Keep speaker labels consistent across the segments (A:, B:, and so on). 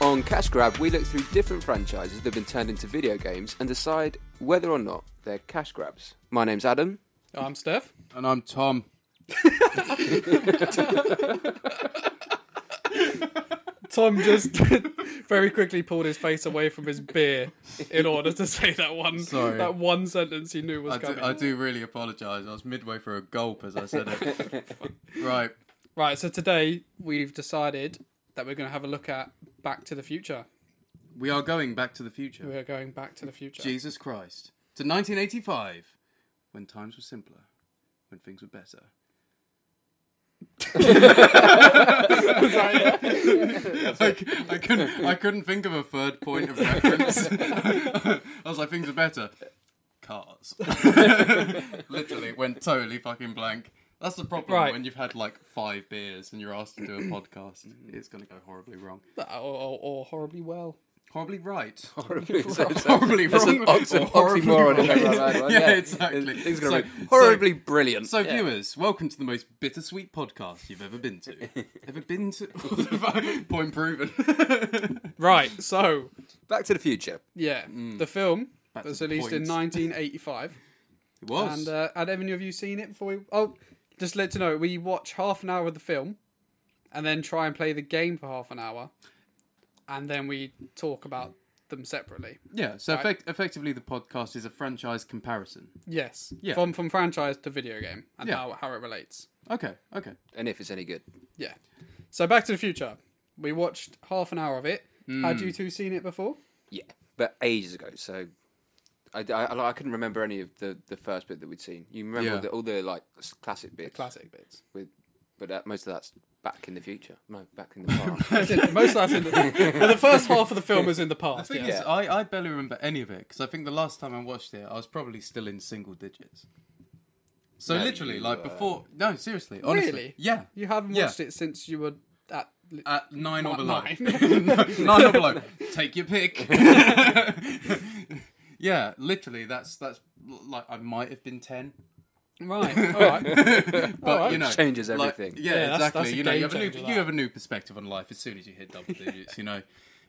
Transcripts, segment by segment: A: On Cash Grab, we look through different franchises that have been turned into video games and decide whether or not they're cash grabs. My name's Adam.
B: I'm Steph.
C: And I'm Tom.
B: Tom just very quickly pulled his face away from his beer in order to say that one
C: Sorry.
B: that one sentence he knew was
C: I do,
B: coming.
C: I do really apologise. I was midway for a gulp as I said it. right.
B: Right, so today we've decided that we're going to have a look at Back to the Future.
C: We are going back to the future.
B: We are going Back to the Future.
C: Jesus Christ. To 1985, when times were simpler, when things were better. I, c- I couldn't. I couldn't think of a third point of reference. I was like, things are better. Cars. Literally it went totally fucking blank. That's the problem
B: Right.
C: when you've had like five beers and you're asked to do a podcast. It's gonna go horribly wrong.
B: Or, or, or horribly well.
C: Horribly right.
A: Horribly
C: horribly
A: That's
C: wrong.
A: an oxy-
C: or horribly
A: oxymoron if
C: right.
A: I've ever had one,
C: Yeah,
A: yeah.
C: exactly.
A: Things are going to
C: So-
A: be horribly brilliant.
C: So, viewers, welcome to the most bittersweet podcast you've ever been to. ever been to? What the fuck? Point proven.
B: Right, so
A: Back to the Future.
B: yeah, the film
C: Mm. Back to
B: was
C: the
B: released in
C: point.
B: 1985.
C: It was.
B: And uh, had any of you seen it before? We... Oh, just let to know, we watch half an hour of the film, and then try and play the game for half an hour, and then we talk about them separately.
C: yeah. So effect- effectively, the podcast is a franchise comparison.
B: Yes,
C: Yeah.
B: from from franchise to video game and
C: Yeah.
B: how how it relates.
C: Okay. Okay.
A: And if it's any good.
B: Yeah. So Back to the Future, we watched half an hour of it.
C: Hmm.
B: Had you two seen it before?
A: Yeah. But ages ago. So I, I, I- I couldn't remember any of the, the first bit that we'd seen. You remember
C: Yeah.
A: all, the, all the like s- classic bits.
B: Classic bits.
A: With, but that, most of that's back in the future. No, back in the past.
B: That's it. Most of that's in the, well, the first half of the film is in the past.
C: The thing
B: yeah.
C: is, I, I barely remember any of it because I think the last time I watched it, I was probably still in single digits. So
A: No,
C: literally,
A: you,
C: like
A: uh,
C: before. No, seriously. Honestly.
B: Really?
C: Yeah.
B: You haven't
C: Yeah.
B: watched it since you were at. li-
C: At Uh, nine
B: Not
C: or below.
B: nine.
C: No, nine or below. Take your pick. yeah, literally. That's that's like I might have been ten,
B: Right. All right.
C: but
B: Alright.
C: you know,
A: Changes
C: like-
A: everything.
C: yeah,
B: Yeah, that's-
C: exactly.
B: that's a
C: you know, you
B: game
C: have, a new,
B: changer,
C: you
B: that.
C: have a new perspective on life as soon as you hit double digits. you know,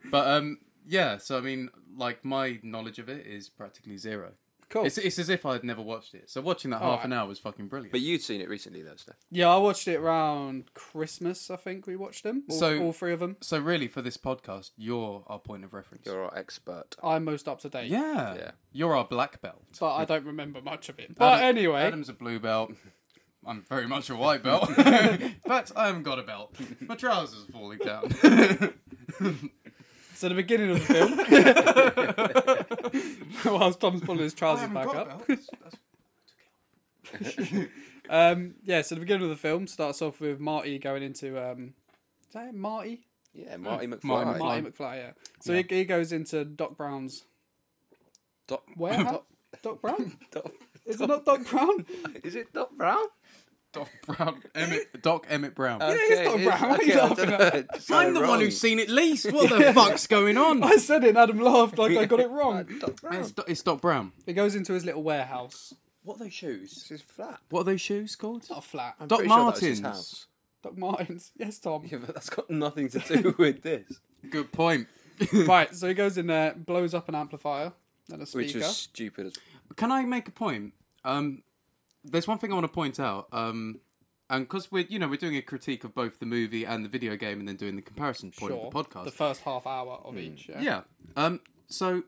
C: but um, yeah. So I mean, like my knowledge of it is practically zero.
B: Cool.
C: It's, it's as if I had never watched it. So watching that half an hour was fucking brilliant.
A: but you'd seen it recently, though, Steph.
B: Yeah, I watched it around Christmas. I think we watched them. All,
C: So-
B: all three of them.
C: so really, for this podcast, you're our point of reference.
A: You're our expert.
B: I'm most up to date.
C: yeah,
A: Yeah.
C: You're our black belt.
B: But I don't remember much of it. But
C: Adam-
B: anyway,
C: Adam's a blue belt. I'm very much a white belt. but I haven't got a belt. My trousers are falling down.
B: so the beginning of the film, whilst Tom's pulling his trousers back up. Um, yeah, so the beginning of the film starts off with Marty going into um, is that it, Marty?
A: Yeah, Marty McFly.
C: Marty McFly.
B: Marty McFly, yeah. So He, he goes into Doc Brown's
A: Doc,
B: warehouse. Doc Brown?
A: Doc,
B: Is it not Doc Brown?
A: is it Doc Brown?
C: Doc Brown. Emmett, Doc Emmett Brown.
A: Uh,
B: it is Doc Brown. What are you
A: I
B: laughing
A: don't
B: at?
A: know. It's
C: I'm
A: so
C: the one
A: wrong.
C: who's seen it least. What the fuck's going on?
B: I said it and Adam laughed like I got it wrong.
A: Doc Brown.
C: It's, Do- it's Doc Brown.
B: He goes into his little warehouse.
A: What are those shoes? This is flat.
C: What are those shoes called?
B: Not a flat.
C: Doc
A: Pretty sure that was his
C: Martens.
A: house.
B: Doc Martins. Yes, Tom.
A: Yeah, but that's got nothing to do with this.
C: Good point.
B: Right, so he goes in there, blows up an amplifier and a
A: Which
B: speaker.
A: was stupid. As...
C: Can I make a point? Um, there's one thing I want to point out. Um, and because we're, you know, we're doing a critique of both the movie and the video game, and then doing the comparison point
B: Sure.
C: of the podcast.
B: The first half hour of each. Yeah.
C: Yeah. Um. So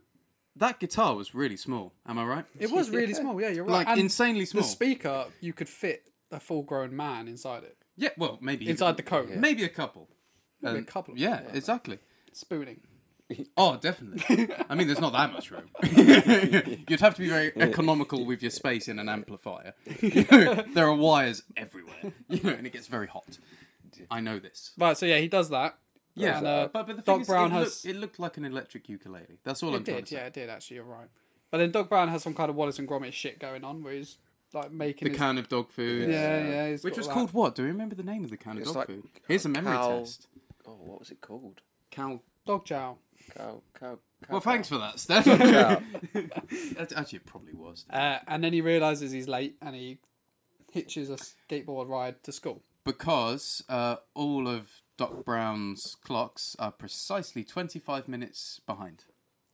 C: that guitar was really small. Am I right?
B: It was really small. Yeah, you're right.
C: like insanely small.
B: The speaker, you could fit a full-grown man inside it,
C: yeah. Well, maybe
B: inside the cone.
C: Maybe a couple.
B: Maybe a couple. Of
C: Yeah. Exactly.
B: spooning.
C: Oh, definitely. I mean, there's not that much room. You'd have to be very economical with your space in an amplifier. You know, there are wires everywhere. You know, and it gets very hot. I know this.
B: Right, so yeah, he does that.
C: Yeah,
B: And, uh,
C: but, but the thing
B: Doc
C: is,
B: Brown
C: it,
B: has-
C: looked, it looked like an electric ukulele. That's all I'm
B: It
C: trying
B: did,
C: to say.
B: yeah, it did. Actually, you're right. But then Doc Brown has some kind of Wallace and Gromit shit going on, where he's like making
C: The
B: his...
C: can of dog food.
B: yeah, yeah, he's
C: Which
B: got
C: was
B: that.
C: called what? Do you remember the name of the can of
A: It's
C: dog
A: like
C: food? Here's a memory
A: cow-
C: test.
A: Oh, what was it called?
C: Cow.
B: Dog Chow.
A: Cow, cow, cow.
C: Well, thanks for that, Steph. That- Actually, it probably was.
B: Uh, and then he realizes he's late, and he hitches a skateboard ride to school.
C: Because uh, all of Doc Brown's clocks are precisely 25 minutes behind.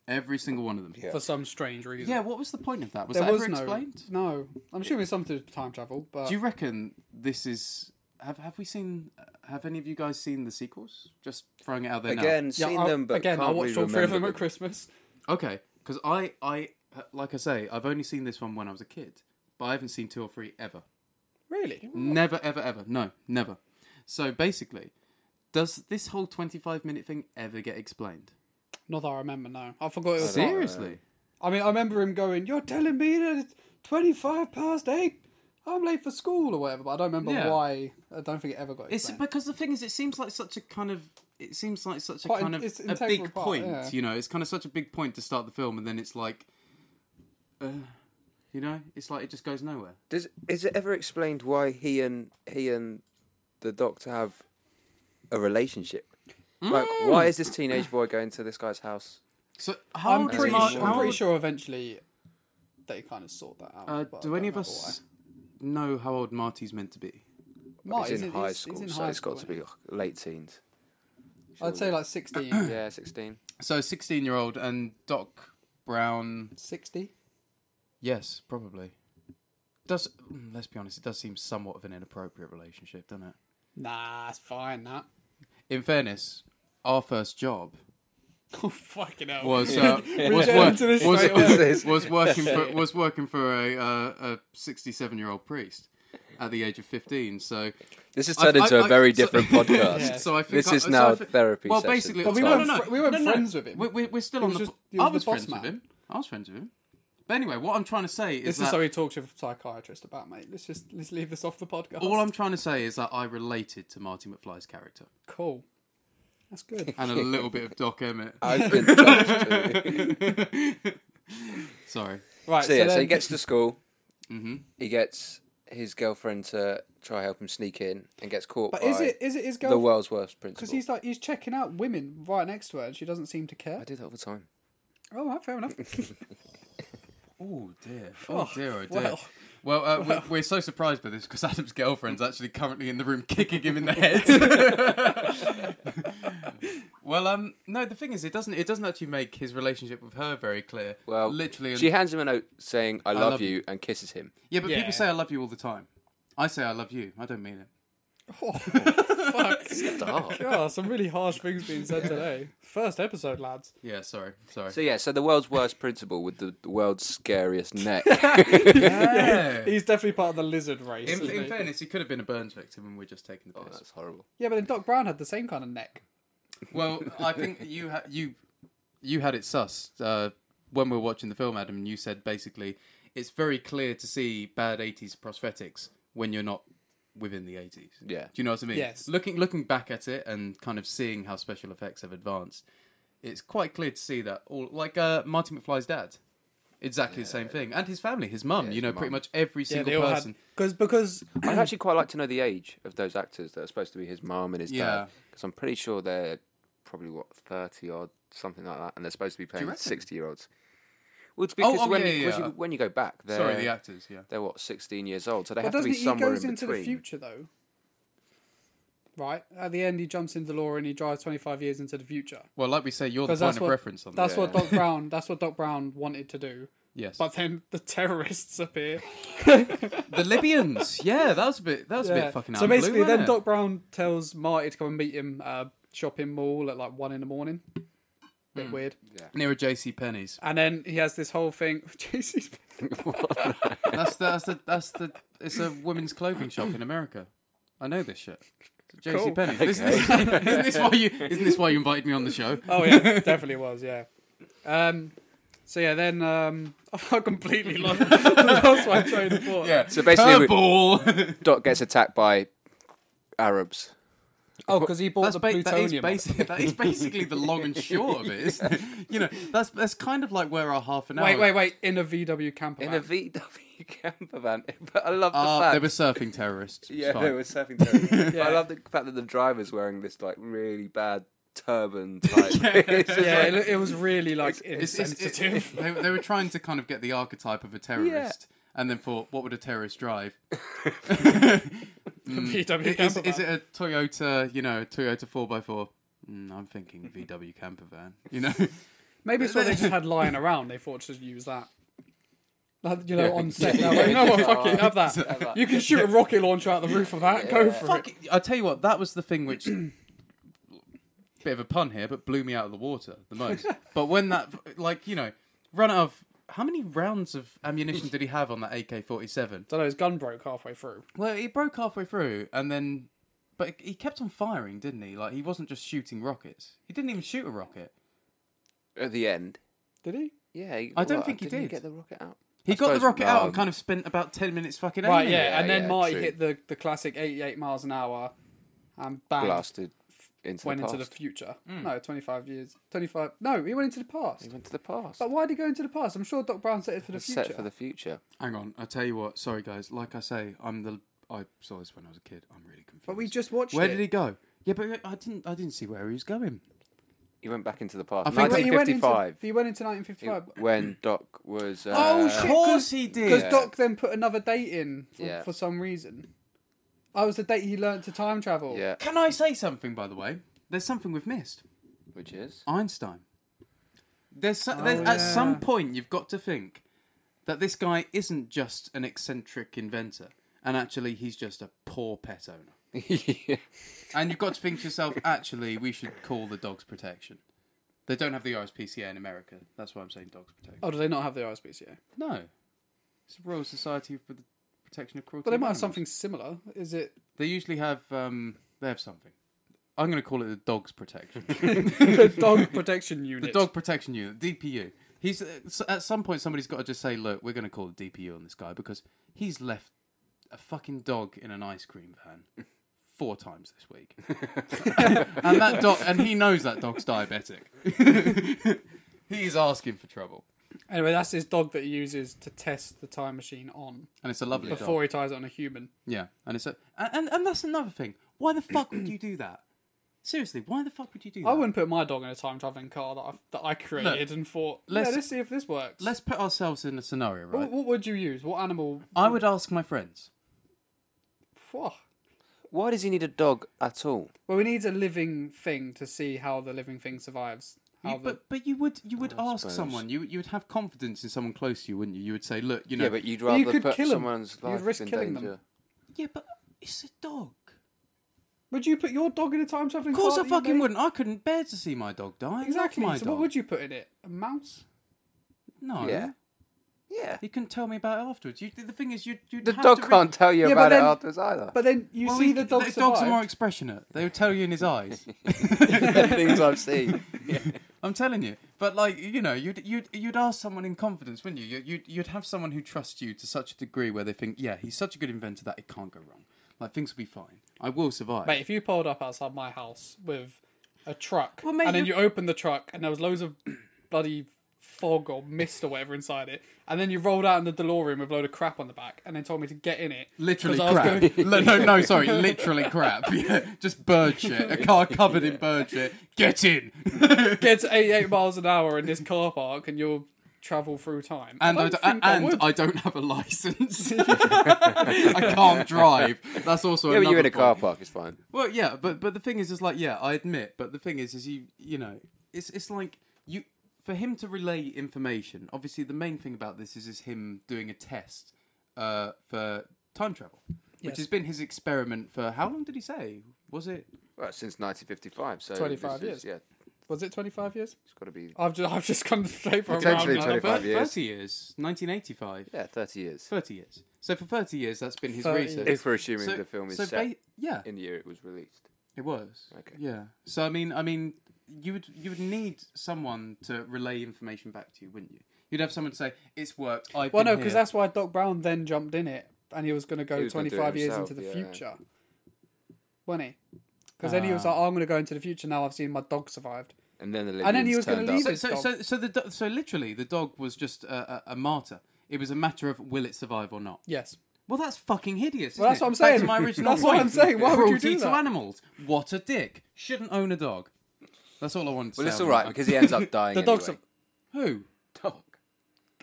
C: Every single one of them.
A: Yeah.
B: for some strange reason.
C: Yeah, what was the point of that? Was
B: there
C: that
B: was
C: ever
B: no.
C: explained?
B: No, I'm assuming it's something to do with time travel, but
C: Do you reckon this is. Have, have we seen. Have any of you guys seen the sequels? Just throwing it out there now.
A: Again,
B: yeah,
A: seen
B: I,
A: them, but
B: again,
A: can't
B: I watched
A: really
B: all three of
A: remember
B: them
A: them.
B: at Christmas.
C: Okay, because I, I, like I say, I've only seen this one when I was a kid, but I haven't seen two or three ever.
B: Really?
C: Never, ever, ever. No, never. So basically, does this whole 25 minute thing ever get explained?
B: Not that I remember. No, I forgot it was.
A: See?
B: like-
C: Seriously?
B: I mean, I remember him going, "You're telling me that it's 25 past eight. I'm late for school or whatever." But I don't remember
C: Yeah.
B: why. I don't think it ever got.
C: It's
B: explained.
C: because the thing is, it seems like such a kind of. It seems like such a
B: Quite an-
C: kind of
B: it's
C: a
B: integral
C: big
B: part,
C: point,
B: yeah.
C: you know. It's kind of such a big point to start the film, and then it's like, uh, you know, it's like it just goes nowhere.
A: Does is it ever explained why he and he and the doctor have a relationship? Like, why is this teenage boy going to this guy's house?
C: So how
B: I'm
C: does
B: pretty,
C: Mar-
B: sure,
C: how
B: I'm pretty
C: old-
B: sure eventually they kind of sort that out.
C: Uh,
B: but I
C: do
B: don't
C: any of
B: remember
C: us know how old Marty's meant to be?
B: why. Mark,
A: he's
B: is
A: in
B: it-
A: high
B: Oh, he's-
A: school,
B: he's in
A: so
B: high
A: it's got to
B: school,
A: be ugh, late teens.
B: isn't he? I'd say like 16,
A: Yeah, sixteen.
C: So sixteen year old and Doc Brown
B: 60.
C: Yes, probably. Does mm, let's be honest, it does seem somewhat of an inappropriate relationship, doesn't it?
B: Nah, it's fine. That.
C: In fairness, our first job
B: Oh fucking hell.
C: was uh, was,
B: get into this
C: wor- was,
B: straight
C: was, was working for was working for a uh, a sixty seven year old priest at the age of fifteen. So
A: This has
C: I-
A: turned
C: I-
A: into a
C: I-
A: very
C: so-
A: different podcast.
B: Yeah.
C: so I think
A: This
C: I-
A: is
C: so
A: now
C: I thi-
A: therapy
C: Well,
A: session.
C: basically,
A: But
B: we
C: no,
B: weren't
C: no, no.
B: fr- we weren't
C: No, no,
B: friends with him.
C: We, we, we're still on
B: was
C: the.
B: just- he
C: I
B: was
C: was
B: the boss
C: friends with
B: man.
C: him. I was friends with him. But anyway, what I'm trying to say is
B: This
C: that
B: is how he talked to a psychiatrist about, mate. Let's just let's leave this off the podcast.
C: all I'm trying to say is that I related to Marty McFly's character
B: cool. That's good.
C: and a little bit of Doc Emmett.
A: I've been touched too.
C: Sorry.
B: Right.
A: So yeah, so
B: then-
A: he gets to school. He gets his girlfriend to try help him sneak in, and gets caught
B: But
A: by
B: is it is it his
A: the
B: girlfriend?
A: world's worst
B: Because
A: principal.
B: he's like he's checking out women right next to her, and she doesn't seem to
A: I
B: care.
A: do that all the time.
B: Oh, right, fair enough.
C: Oh dear. Oh, dear. Oh dear.
B: well.
C: Well, uh, We're, we're so surprised by this because Adam's girlfriend's actually currently in the room kicking him in the head. well, um, no. The thing is, it doesn't. It doesn't actually make his relationship with her very clear.
A: Well,
C: literally.
A: she hands him a note saying "I love,
C: love
A: you,
C: you."
A: and kisses him.
C: yeah, but
B: Yeah.
C: people say I love you all the time. I say I love you. I don't mean it.
B: Oh, fuck.
A: Dark.
B: God, some really harsh things being said today. First episode, lads.
C: Yeah. Sorry. Sorry.
A: so yeah, so the world's worst principal with the the world's scariest neck.
C: yeah.
B: He's definitely part of the lizard race.
C: In,
B: isn't
C: in
B: he?
C: fairness, he could have been a Burns victim, and we're just taking the
A: oh,
C: piss.
A: that's horrible.
B: Yeah, but then Doc Brown had the same kind of neck.
C: Well, I think you ha- you you had it sussed uh, when we were watching the film, Adam. and You said basically it's very clear to see bad '80s prosthetics when you're not within the '80s.
A: Yeah.
C: Do you know what I mean?
B: Yes.
C: Looking looking back at it and kind of seeing how special effects have advanced, it's quite clear to see that all like uh, Marty McFly's dad. Exactly the same thing, and his family, his mum. you know, pretty much every single person.
B: Because because
A: I'd actually quite like to know the age of those actors that are supposed to be his mom and his
C: Yeah.
A: dad, because I'm pretty sure they're probably what thirty or something like that, and they're supposed to be playing
C: reckon?
A: sixty year olds. Well, it's because
C: oh,
A: when,
C: yeah,
A: you,
C: yeah,
A: 'cause
C: yeah.
A: you- when you go back, they're,
C: Sorry, the actors. Yeah.
A: they're what sixteen years old, so they
B: well,
A: have to
B: doesn't
A: be
B: he, he
A: somewhere
B: goes
A: in
B: into the
A: between.
B: future though? Right at the end, he jumps into the law and he drives twenty five years into the future.
C: Well, like we say, you're the
B: Because
C: point
B: that's
C: of
B: what
C: reference on
B: that's
C: that.
B: what Doc Brown that's what Doc Brown wanted to do.
C: Yes.
B: But then the terrorists appear.
C: The Libyans. Yeah, that was a bit. That was a
B: Yeah.
C: bit fucking. out
B: so
C: of the blue,
B: basically,
C: wasn't
B: then
C: it?
B: Doc Brown tells Marty to come and meet him at a shopping mall at like one in the morning. Bit
C: Hmm.
B: weird.
C: near a JC Penney's.
B: And then he has this whole thing. Jesus.
C: That's the, that's the that's the it's a women's clothing shop in America. I know this shit. JC
B: Cool.
C: Penney's. This- this- isn't this why you isn't this why you invited me on the show?
B: Oh yeah, definitely was. Yeah. Um. So yeah, then um, I completely lost, lost my train of thought.
C: Yeah.
A: So basically we-
C: Curveball.
A: Doc gets attacked by Arabs.
B: Oh, because he bought
C: That's
B: the
C: ba- that, is
B: plutonium.
C: basic, that is basically the long and short of it. Isn't it? You know, that's that's kind of like where our half an hour.
B: wait, wait, wait! In a VW camper.
A: In
B: van.
A: a VW camper van. But I love the
C: Uh,
A: fact.
C: they were surfing terrorists. It's
A: yeah,
C: fine.
A: they were surfing terrorists.
B: Yeah.
A: I love the fact that the driver's wearing this like really bad turban type. It's just
B: yeah,
A: like-
B: it, lo- it was really like
C: It's- it's- it-
B: insensitive.
C: it- they, they were trying to kind of get the archetype of a terrorist and then thought, what would a terrorist drive?
B: VW
C: is,
B: camper
C: is
B: van.
C: it a Toyota, you know, Toyota 4x4? Mm, I'm thinking VW camper van, you know?
B: Maybe it's what they just had lying around. They thought to use that. Like, you know,
C: Yeah.
B: on set. they're like, you know what? Fuck it, have that. You can shoot a rocket launcher out the roof of that. Go for
C: Fuck
B: it.
C: it. I tell you what, that was the thing which bit of a pun here, but blew me out of the water the most. but when that like, you know, run out of how many rounds of ammunition did he have on that AK forty seven?
B: Don't know. His gun broke halfway through.
C: Well, he broke halfway through and then but he kept on firing, didn't he? Like he wasn't just shooting rockets. He didn't even shoot a rocket.
A: At the end.
B: Did he?
A: Yeah. he-
C: I don't
A: what,
C: think he
A: didn't
C: did.
A: Get the rocket out.
C: He
A: I
C: got the
A: suppose-
C: rocket out and
A: um,
C: kind of spent about ten minutes fucking
B: Right,
C: aiming
B: yeah,
C: it.
A: Yeah,
B: and then
A: yeah,
B: Marty
A: true.
B: hit the, the classic 88 miles an hour and bang,
A: blasted into
B: went
A: the past.
B: into the future. No, 25 years. 25. No, he went into the past.
A: He went to the past.
B: But why did he go into the past? I'm sure Doc Brown set it for the future.
A: Set for the future.
C: Hang on, I tell you what. Sorry, guys. Like I say, I'm the. I saw this when I was a kid. I'm really confused.
B: But we just watched
C: Where
B: it.
C: did he go? Yeah, but I didn't. I didn't see where he was going.
A: He went back into the past.
C: I think
B: He went into,
A: 1955.
B: he went into 1955.
A: when Doc was. Uh,
B: Oh shit!
C: course he did.
B: Because
A: Yeah.
B: Doc then put another date in for,
A: Yeah.
B: for some reason. Oh, it was the date he learnt to time travel.
A: Yeah,
C: Can I say something, by the way? There's something we've missed.
A: which is.
C: Einstein. There's, so, there's at
B: Oh, yeah.
C: some point you've got to think that this guy isn't just an eccentric inventor, and actually he's just a poor pet owner.
A: yeah.
C: And you've got to think to yourself, actually, we should call the dogs protection. They don't have the RSPCA in America. That's why I'm saying dogs protection.
B: Oh, do they not have the RSPCA?
C: No. It's a Royal Society for the Protection of Cruelty.
B: But they might have
C: to
B: something similar. Is it?
C: animals. They usually have. Um, they have something. I'm going to call it the Dogs Protection,
B: the dog protection unit.
C: the Dog Protection Unit, DPU. He's uh, s- at some point somebody's got to just say, look, we're going to call the DPU on this guy because he's left a fucking dog in an ice cream van four times this week, and that dog, and he knows that dog's diabetic. he's asking for trouble,
B: Anyway, that's his dog that he uses to test the time machine on
C: and it's a lovely dog.
B: before he ties it on a human.
C: Yeah, and it's a, and, and and that's another thing. Why the fuck would you do that? Seriously, why the fuck would you do that?
B: I wouldn't put my dog in a time traveling car that I that I created and thought.
C: let's-
B: yeah, let's see if this works.
C: Let's put ourselves in a scenario,
B: What-
C: right?
B: What would you use? What animal?
C: I would ask my friends.
B: Phew.
A: Why does he need a dog at all?
B: Well, we need a living thing to see how the living thing survives. How
C: You-
B: the,
C: but but you would you would ask
A: suppose.
C: someone. You you would have confidence in someone close to you, wouldn't you? You would say, look, you know,
A: Yeah, but you'd rather
B: could
A: put
B: kill 'em.
A: someone's
B: You'd
A: life
B: risk
A: in
B: killing them.
A: danger.
C: yeah, but it's a dog.
B: would you put your dog in a time traveling
C: Of
B: car?
C: course, I
B: that you
C: fucking
B: made?
C: wouldn't. I couldn't bear to see my dog die. I love
B: Exactly.
C: my
B: so,
C: dog.
B: what would you put in it? A mouse? Oh,
C: No.
A: Yeah. Yeah.
C: You can tell me about it afterwards. You, the thing is, you you
A: The dog can't tell you
B: Yeah, but
A: about
B: then-
A: it afterwards either.
B: But then you see the dog
C: dogs
B: survive.
C: are more expressionate. They would tell you in his eyes.
A: things I've seen.
C: I'm telling you. But like you know, you'd you'd you'd ask someone in confidence, wouldn't you? You- You'd you'd have someone who trusts you to such a degree where they think, yeah, he's such a good inventor that it can't go wrong. Like things will be fine. I will survive.
B: Mate, if you pulled up outside my house with a truck,
C: Well, mate,
B: and then you
C: you-
B: opened the truck, and there was loads of bloody fog or mist or whatever inside it, and then you rolled out in the DeLorean with a load of crap on the back, and then told me to get in it. 'cause
C: Literally
B: I was
C: crap.
B: gonna-
C: no, no, no, sorry. Literally crap. Yeah, just bird shit. A car covered in bird shit. Get in.
B: get to 88 miles an hour in this car park, and you'll travel through time.
C: And I,
B: I
C: don't
B: don't think I
C: and
B: would.
C: I don't have a license. I can't drive. That's also
A: Yeah, but
C: another
A: you're in a
C: point.
A: car park, it's fine.
C: Well, yeah, but but the thing is, is like, yeah, I admit, but the thing is, is you you know, it's it's like you for him to relay information. Obviously, the main thing about this is is him doing a test uh, for time travel, which
B: Yes.
C: has been his experiment for how long did he say? Was it?
A: Well, since 1955, so this
B: 25
A: is-
B: years.
A: Yeah,
B: Was it 25 years?
A: it's got to be
B: I've just, I've just come straight from
A: Potentially
B: around
A: 25
C: Thir-
A: years.
C: Thirty years. Nineteen eighty-five.
A: yeah 30 years.
C: Thirty years. So for thirty years, that's been his
B: 30
C: research.
B: years.
A: If we're assuming
C: So-
A: the film is
C: so
A: set
C: ba- yeah,
A: in the year it was released.
C: It was.
A: Okay.
C: Yeah. So I mean, I mean, you would you would need someone to relay information back to you, wouldn't you? You'd have someone to say it's worked. I've
B: Well,
C: been
B: no, because
C: here."
B: that's why Doc Brown then jumped in it, and he was going to
A: He
B: go
A: was gonna do it
B: 25 years
A: himself,
B: into the
A: yeah.
B: future, wasn't he? Because then he was like,
A: Ah.
B: oh, "I'm going to go into the future now. I've seen my dog survived."
A: And then the
B: And then he
A: Libyans
B: was gonna
A: turned
B: leave
A: up.
B: it.
C: so. So so, so the do- so literally the dog was just a, a, a martyr. It was a matter of will it survive or not.
B: Yes,
C: Well, that's fucking hideous.
B: Well,
C: isn't
B: that's
C: it?
B: what I'm
C: Back to
B: saying.
C: my original
B: That's what
C: point.
B: I'm saying. Why would you
C: Cruelty
B: do
C: to
B: that?
C: animals. What a dick. Shouldn't own a dog. That's all I wanted to
A: Well,
C: say.
A: it's
C: on
A: all right
C: that.
A: because he ends up dying.
B: the
A: anyway.
B: dogs.
C: Who?
A: Dog.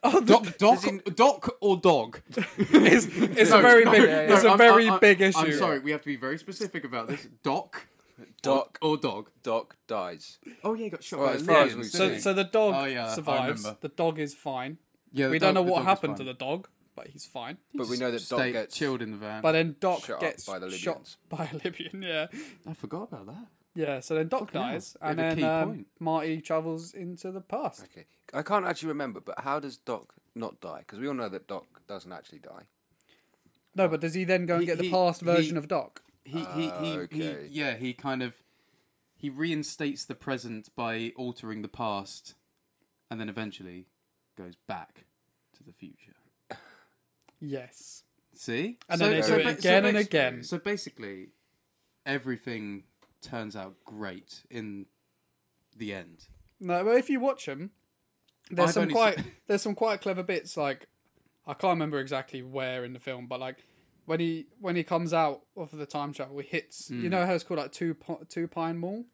B: Oh,
C: Doc, doc, doc or dog?
B: It's, it's a very big,
A: yeah, yeah.
B: it's a
C: I'm-
B: very
C: I'm-
B: big
C: I'm-
B: issue.
C: I'm sorry, we have to be very specific about this. Doc,
A: Doc.
C: or, or dog.
A: Doc dies.
C: Oh yeah, he got shot.
A: Well,
C: by
A: as
C: a
A: far as
C: lion,
A: we've
C: didn't
A: seen.
B: So,
C: he?
B: so the dog
C: Oh, yeah, I
B: survives.
C: remember.
B: The dog is fine.
C: yeah, the
B: we
C: dog-
B: don't know
C: the
B: what
C: dog was
B: happened to
C: fine.
B: the dog, but he's fine.
A: But we know that Doc
C: Stay
A: gets
C: chilled in the van.
B: But then Doc
A: Shot up
B: gets
A: by the
B: shot by a Libyan. Yeah,
C: I forgot about that.
B: yeah. So then Doc
C: Fucking hell.
B: dies,
C: Bit
B: and
C: of a
B: then
C: key
B: um,
C: point.
B: Marty travels into the past.
A: Okay, I can't actually remember, but how does Doc not die? Because we all know that Doc doesn't actually die.
B: No, but does he then go and
C: uh, He-
B: get the
C: he-
B: past version
C: he-
B: of Doc?
C: He he he,
A: okay.
C: he yeah he kind of he reinstates the present by altering the past, and then eventually goes back to the future.
B: Yes.
C: See,
B: And then they do it
C: ba-
B: again and
C: basi-
B: again.
C: So basically, everything turns out great in the end.
B: No, but if you watch them, there's
C: I've
B: some
C: only
B: quite
C: seen-
B: there's some quite clever bits. Like I can't remember exactly where in the film, but like when he when he comes out of the time travel, he hits.
C: Hmm.
B: You know how it's called like two po- two pine mall.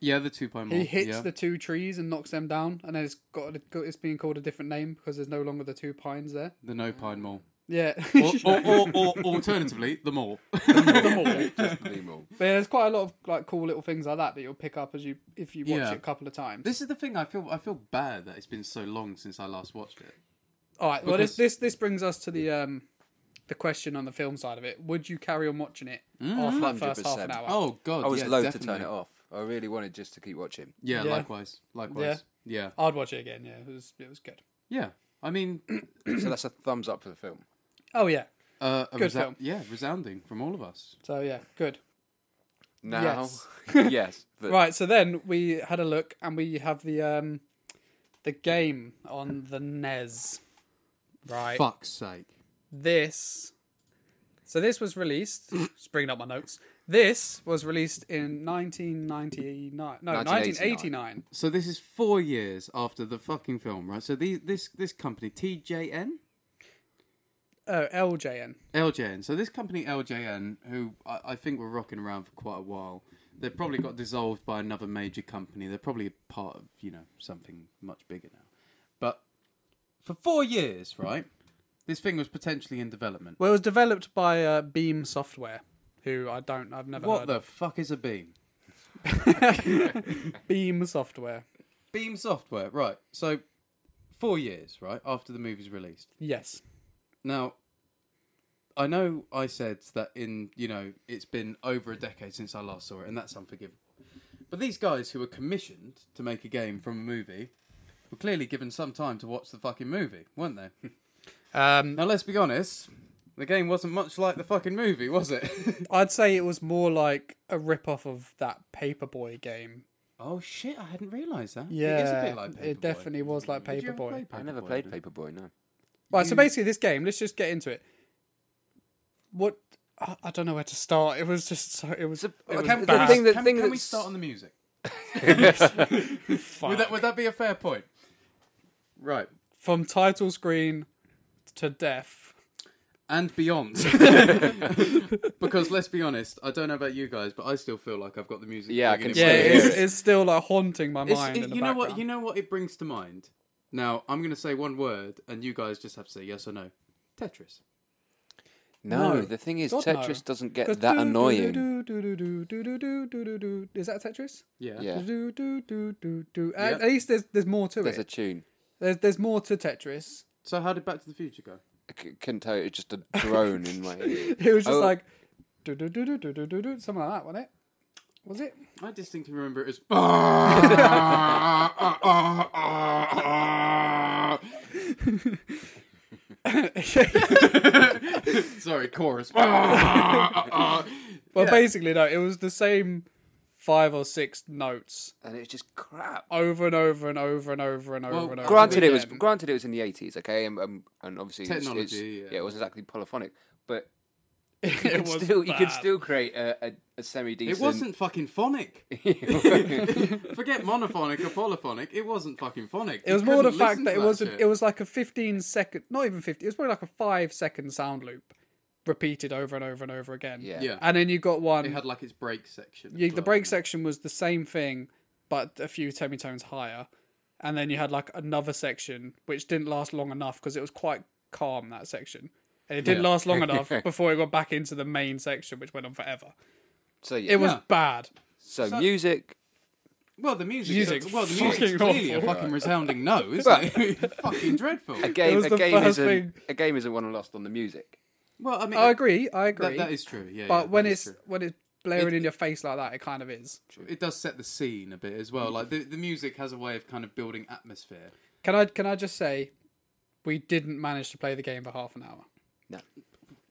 C: Yeah, the two point.
B: He hits the two trees and knocks them down, and then it's got it's being called a different name because there's no longer the two pines there.
C: the no pine mall,
B: Yeah,
C: or, or, or, or alternatively the mall.
A: Just leave 'em all.
B: But there's quite a lot of like cool little things like that that you'll pick up as you if you watch
C: Yeah.
B: it a couple of times.
C: this is the thing. I feel I feel bad that it's been so long since I last watched it.
B: All right. Well, this
C: Because-
B: this this brings us to the um the question on the film side of it. Would you carry on watching it after that first half an
A: 100%.
B: hour?
C: Mm. Oh God,
A: I was
C: yeah,
A: loath
C: definitely.
A: to turn it off. I really wanted just to keep watching.
C: Yeah,
B: Yeah.
C: likewise, likewise. Yeah.
B: I'd watch it again. Yeah, it was it was good.
C: yeah, I mean,
A: so that's a thumbs up for the film.
B: Oh yeah.
C: uh, a
B: Good
C: resa-
B: film.
C: Yeah, resounding from all of us.
B: So yeah, good.
A: Now,
B: Yes.
A: yes, but
B: Right. So then we had a look, and we have the um the game on the NES. Right.
C: Fuck's sake.
B: This. So this was released. just bringing up my notes. This was released in 1999. No, 1989.
A: 1989.
C: So this is four years after the fucking film, right? So the, this this company TJN
B: Oh, LJN.
C: LJN. So this company LJN, who I, I think were rocking around for quite a while, they probably got dissolved by another major company. They're probably a part of you know something much bigger now. But for four years, right? This thing was potentially in development.
B: Well, it was developed by uh, Beam Software, who I don't, I've never
C: What
B: heard.
C: the fuck is a beam?
B: of. Beam Software.
C: Beam Software, right? So four years, right after the movie's released.
B: Yes.
C: Now, I know I said that in you know it's been over a decade since I last saw it, and that's unforgivable. But these guys who were commissioned to make a game from a movie were clearly given some time to watch the fucking movie, weren't they?
B: Um,
C: now let's be honest, the game wasn't much like the fucking movie, was it?
B: I'd say it was more like a rip-off of that Paperboy game.
C: oh shit, I hadn't realised that.
B: Yeah,
C: it is a bit like Paperboy.
B: it definitely was like
C: Did you ever play
B: Paperboy.
A: I never played
C: Paperboy?
A: Paperboy. No,
B: Right,
A: Mm.
B: so basically this game, let's just get into it. What... I I don't know where to start. It was just so. It was.
A: So-
B: it was
A: can- the
B: bad.
A: thing that-
C: can,
A: thing
C: can we
A: that's-
C: start on the music?
B: Fuck.
C: Would that, would that be a fair point? Right.
B: From title screen to death.
C: and beyond. because let's be honest, I don't know about you guys, but I still feel like I've got the music.
A: Yeah, I
C: playing
A: can
C: in
B: Yeah,
C: my
A: it
B: it's,
A: is.
B: it's still like haunting my
C: It's-
B: mind.
C: it-
B: in the
C: you know what?
B: background.
C: You know what it brings to mind. Now I'm going to say one word, and you guys just have to say yes or no. Tetris.
A: no.
B: No.
A: The thing is,
B: God, no.
A: Tetris doesn't get
B: Goes
A: that
B: doo,
A: annoying.
B: doo, doo, doo, doo, doo, doo, doo, doo, doo, doo. Is that Tetris?
C: Yeah.
A: Yeah,
B: Doo, doo, doo, doo, doo.
C: Yeah.
B: At at least there's there's more to
A: there's a
B: it.
A: tune.
B: There's there's more to Tetris.
C: So how did Back to the Future go?
A: I c- couldn't tell you, it's just a drone in my ear.
B: It was just
A: Oh.
B: like doo, doo, doo, doo, doo, doo, doo, doo, something like that, wasn't it? Was it?
C: I distinctly remember it was. Sorry, chorus.
B: Well, basically no. It was the same five or six notes
A: and it's just crap.
B: over and over and over and over and over
C: Well,
B: and over.
A: Granted, it was
B: again.
A: granted it was in the eighties, okay, and, um, and obviously it's- it's,
C: Technology, yeah.
A: it wasn't exactly polyphonic, but you
B: it
A: could
B: was
A: still you could
B: bad.
A: still create a, a, a semi decent.
C: It wasn't fucking phonic. Forget monophonic or polyphonic. It wasn't fucking phonic.
B: It
C: You
B: was more the
C: couldn't
B: fact
C: listen
B: that
C: to
B: it wasn't.
C: shit.
B: It was like a fifteen second, not even fifty. It was probably like a five second sound loop, repeated over and over and over again.
A: Yeah.
C: Yeah.
B: And then you got one.
C: It had like its break section. as
B: you- the
C: well.
B: break section was the same thing, but a few semitones higher. and then you had like another section which didn't last long enough because it was quite calm that section. And it didn't
C: Yeah.
B: last long enough before it got back into the main section, which went on forever.
A: So yeah.
B: It was
C: Yeah.
B: bad.
A: so,
C: so-
A: music.
C: Well, the music.
B: Music
C: is, well, the
B: fucking
C: music's clearly a
B: awful.
C: fucking resounding no, isn't it? fucking dreadful.
A: A game.
B: was
A: A
B: the
A: game
B: first
A: isn't.
B: thing.
A: A game isn't won and lost on the music.
C: Well, I mean,
B: I agree. I agree.
C: that, that is true. Yeah, yeah,
B: but when
C: that is
B: it's
C: true.
B: when it's blaring
C: It-
B: in your face like that, it kind of is.
C: it does set the scene a bit as well. Like the, the music has a way of kind of building atmosphere.
B: Can I can I just say, we didn't manage to play the game for half an hour,
A: No.